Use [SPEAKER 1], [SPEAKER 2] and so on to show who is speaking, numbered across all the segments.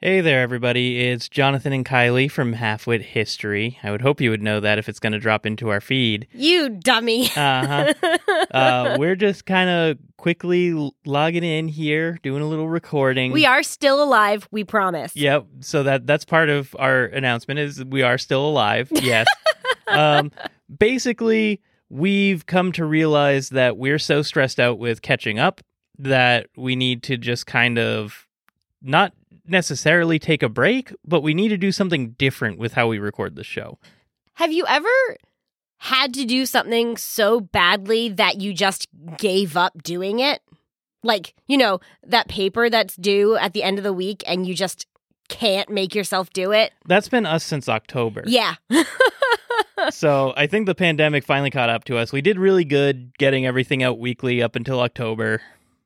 [SPEAKER 1] Hey there, everybody. It's Jonathan and Kylie from Halfwit History. I would hope you would know that if it's going to drop into our feed.
[SPEAKER 2] You dummy.
[SPEAKER 1] Uh-huh. uh, we're just kind of quickly l- logging in here, doing a little recording.
[SPEAKER 2] we are still alive, we promise.
[SPEAKER 1] Yep. So that that's part of our announcement is we are still alive. Yes. um, basically, we've come to realize that we're so stressed out with catching up that we need to just kind of not necessarily take a break, but we need to do something different with how we record the show.
[SPEAKER 2] Have you ever had to do something so badly that you just gave up doing it? Like, you know, that paper that's due at the end of the week and you just can't make yourself do it?
[SPEAKER 1] That's been us since October.
[SPEAKER 2] Yeah.
[SPEAKER 1] so I think the pandemic finally caught up to us. We did really good getting everything out weekly up until October,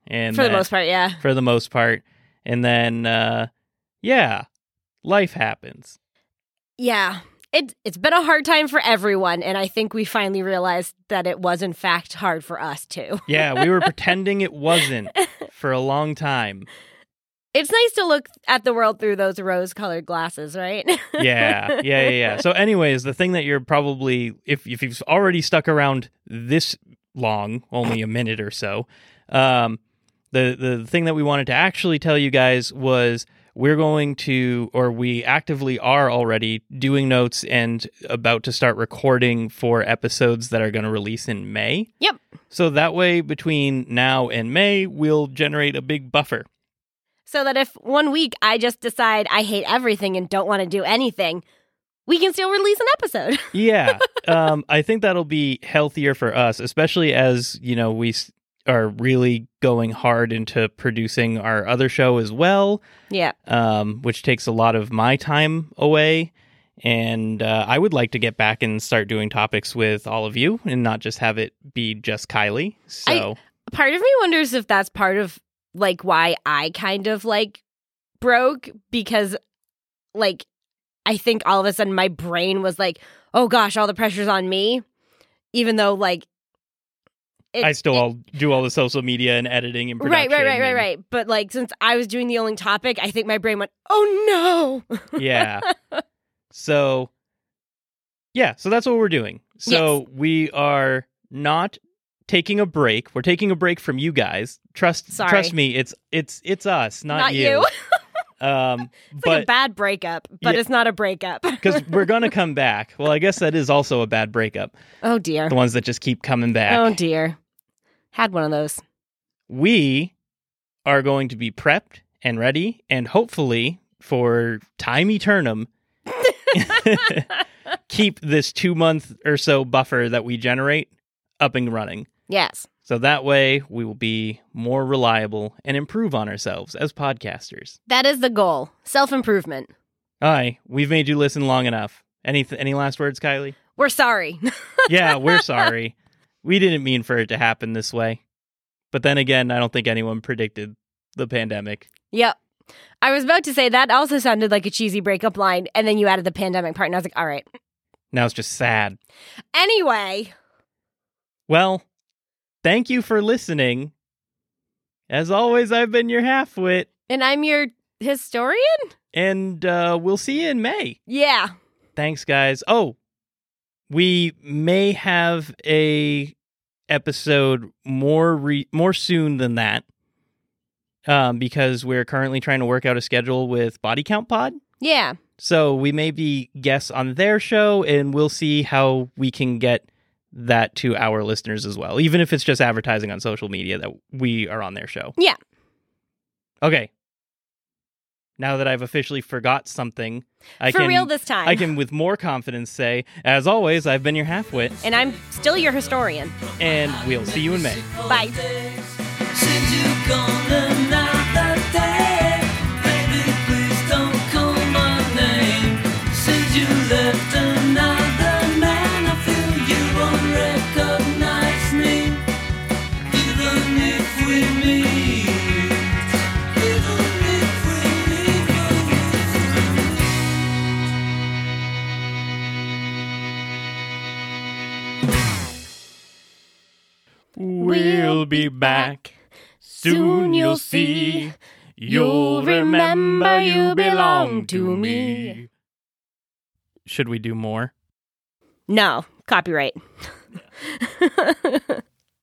[SPEAKER 1] and
[SPEAKER 2] for the
[SPEAKER 1] then-
[SPEAKER 2] most part, yeah.
[SPEAKER 1] for the most part. And then, uh, yeah, life happens.
[SPEAKER 2] Yeah. It, it's been a hard time for everyone, and I think we finally realized that it was, in fact, hard for us too.
[SPEAKER 1] Yeah, we were pretending it wasn't for a long time.
[SPEAKER 2] It's nice to look at the world through those rose colored glasses, right?
[SPEAKER 1] Yeah, yeah, yeah, yeah. So, anyways, the thing that you're probably, if, if you've already stuck around this long, only a minute or so, um, the, the thing that we wanted to actually tell you guys was we're going to, or we actively are already doing notes and about to start recording for episodes that are going to release in May.
[SPEAKER 2] Yep.
[SPEAKER 1] So that way, between now and May, we'll generate a big buffer.
[SPEAKER 2] So that if one week I just decide I hate everything and don't want to do anything, we can still release an episode.
[SPEAKER 1] Yeah, um, I think that'll be healthier for us, especially as you know we s- are really going hard into producing our other show as well,
[SPEAKER 2] yeah.
[SPEAKER 1] um, which takes a lot of my time away. And uh, I would like to get back and start doing topics with all of you, and not just have it be just Kylie. So
[SPEAKER 2] Part of me wonders if that's part of like why I kind of like broke because like I think all of a sudden my brain was like, "Oh gosh, all the pressure's on me." Even though like it-
[SPEAKER 1] I, still all do all the social media and editing and
[SPEAKER 2] Right,
[SPEAKER 1] production.
[SPEAKER 2] right, right, right,
[SPEAKER 1] and-
[SPEAKER 2] right. But like since I was doing the only topic, I think my brain went, "Oh no."
[SPEAKER 1] yeah. So, yeah, so that's what we're doing. So, we are not taking a break. We're taking a break from you guys. Trust
[SPEAKER 2] Sorry.
[SPEAKER 1] trust me, it's it's it's us, not,
[SPEAKER 2] Not you.
[SPEAKER 1] um
[SPEAKER 2] It's like a
[SPEAKER 1] but
[SPEAKER 2] bad breakup, but
[SPEAKER 1] Yeah.
[SPEAKER 2] it's not a breakup.
[SPEAKER 1] cuz we're going to come back. Well, I guess that is also a bad breakup.
[SPEAKER 2] Oh dear.
[SPEAKER 1] The ones that just keep coming back.
[SPEAKER 2] Oh dear. Had one of those.
[SPEAKER 1] we are going to be prepped and ready and hopefully for time eternum keep this two month or so buffer that we generate up and running
[SPEAKER 2] Yes.
[SPEAKER 1] so that way we will be more reliable and improve on ourselves as podcasters
[SPEAKER 2] That is the goal. Self improvement.
[SPEAKER 1] aye we've made you listen long enough any any last words kylie
[SPEAKER 2] We're sorry.
[SPEAKER 1] yeah we're sorry we didn't mean for it to happen this way but then again i don't think anyone predicted the pandemic
[SPEAKER 2] yep. I was about to say that also sounded like a cheesy breakup line, and then you added the pandemic part, and I was like, all right.
[SPEAKER 1] now it's just sad
[SPEAKER 2] Anyway,
[SPEAKER 1] Well, thank you for listening. As always, I've been your halfwit,
[SPEAKER 2] and I'm your historian?
[SPEAKER 1] and uh, we'll see you in May.
[SPEAKER 2] Yeah.
[SPEAKER 1] Thanks, guys. Oh, we may have a episode more re- more soon than that, um, because we're currently trying to work out a schedule with Body Count Pod.
[SPEAKER 2] Yeah.
[SPEAKER 1] So we may be guests on their show, and we'll see how we can get that to our listeners as well, even if it's just advertising on social media that we are on their show.
[SPEAKER 2] Yeah.
[SPEAKER 1] Okay. Now that I've officially forgot something, I
[SPEAKER 2] For
[SPEAKER 1] can
[SPEAKER 2] real this time.
[SPEAKER 1] I can with more confidence say, as always, I've been your halfwit,
[SPEAKER 2] And I'm still your historian.
[SPEAKER 1] and we'll see you in May.
[SPEAKER 2] Bye.
[SPEAKER 3] Since you've gone another day, baby, please don't call my name. Since you left another man, I feel you won't recognize me. Even if we meet, even if we meet.
[SPEAKER 2] We'll be back. Soon you'll see. You'll remember you belong to me.
[SPEAKER 1] Should we do more?
[SPEAKER 2] No, copyright.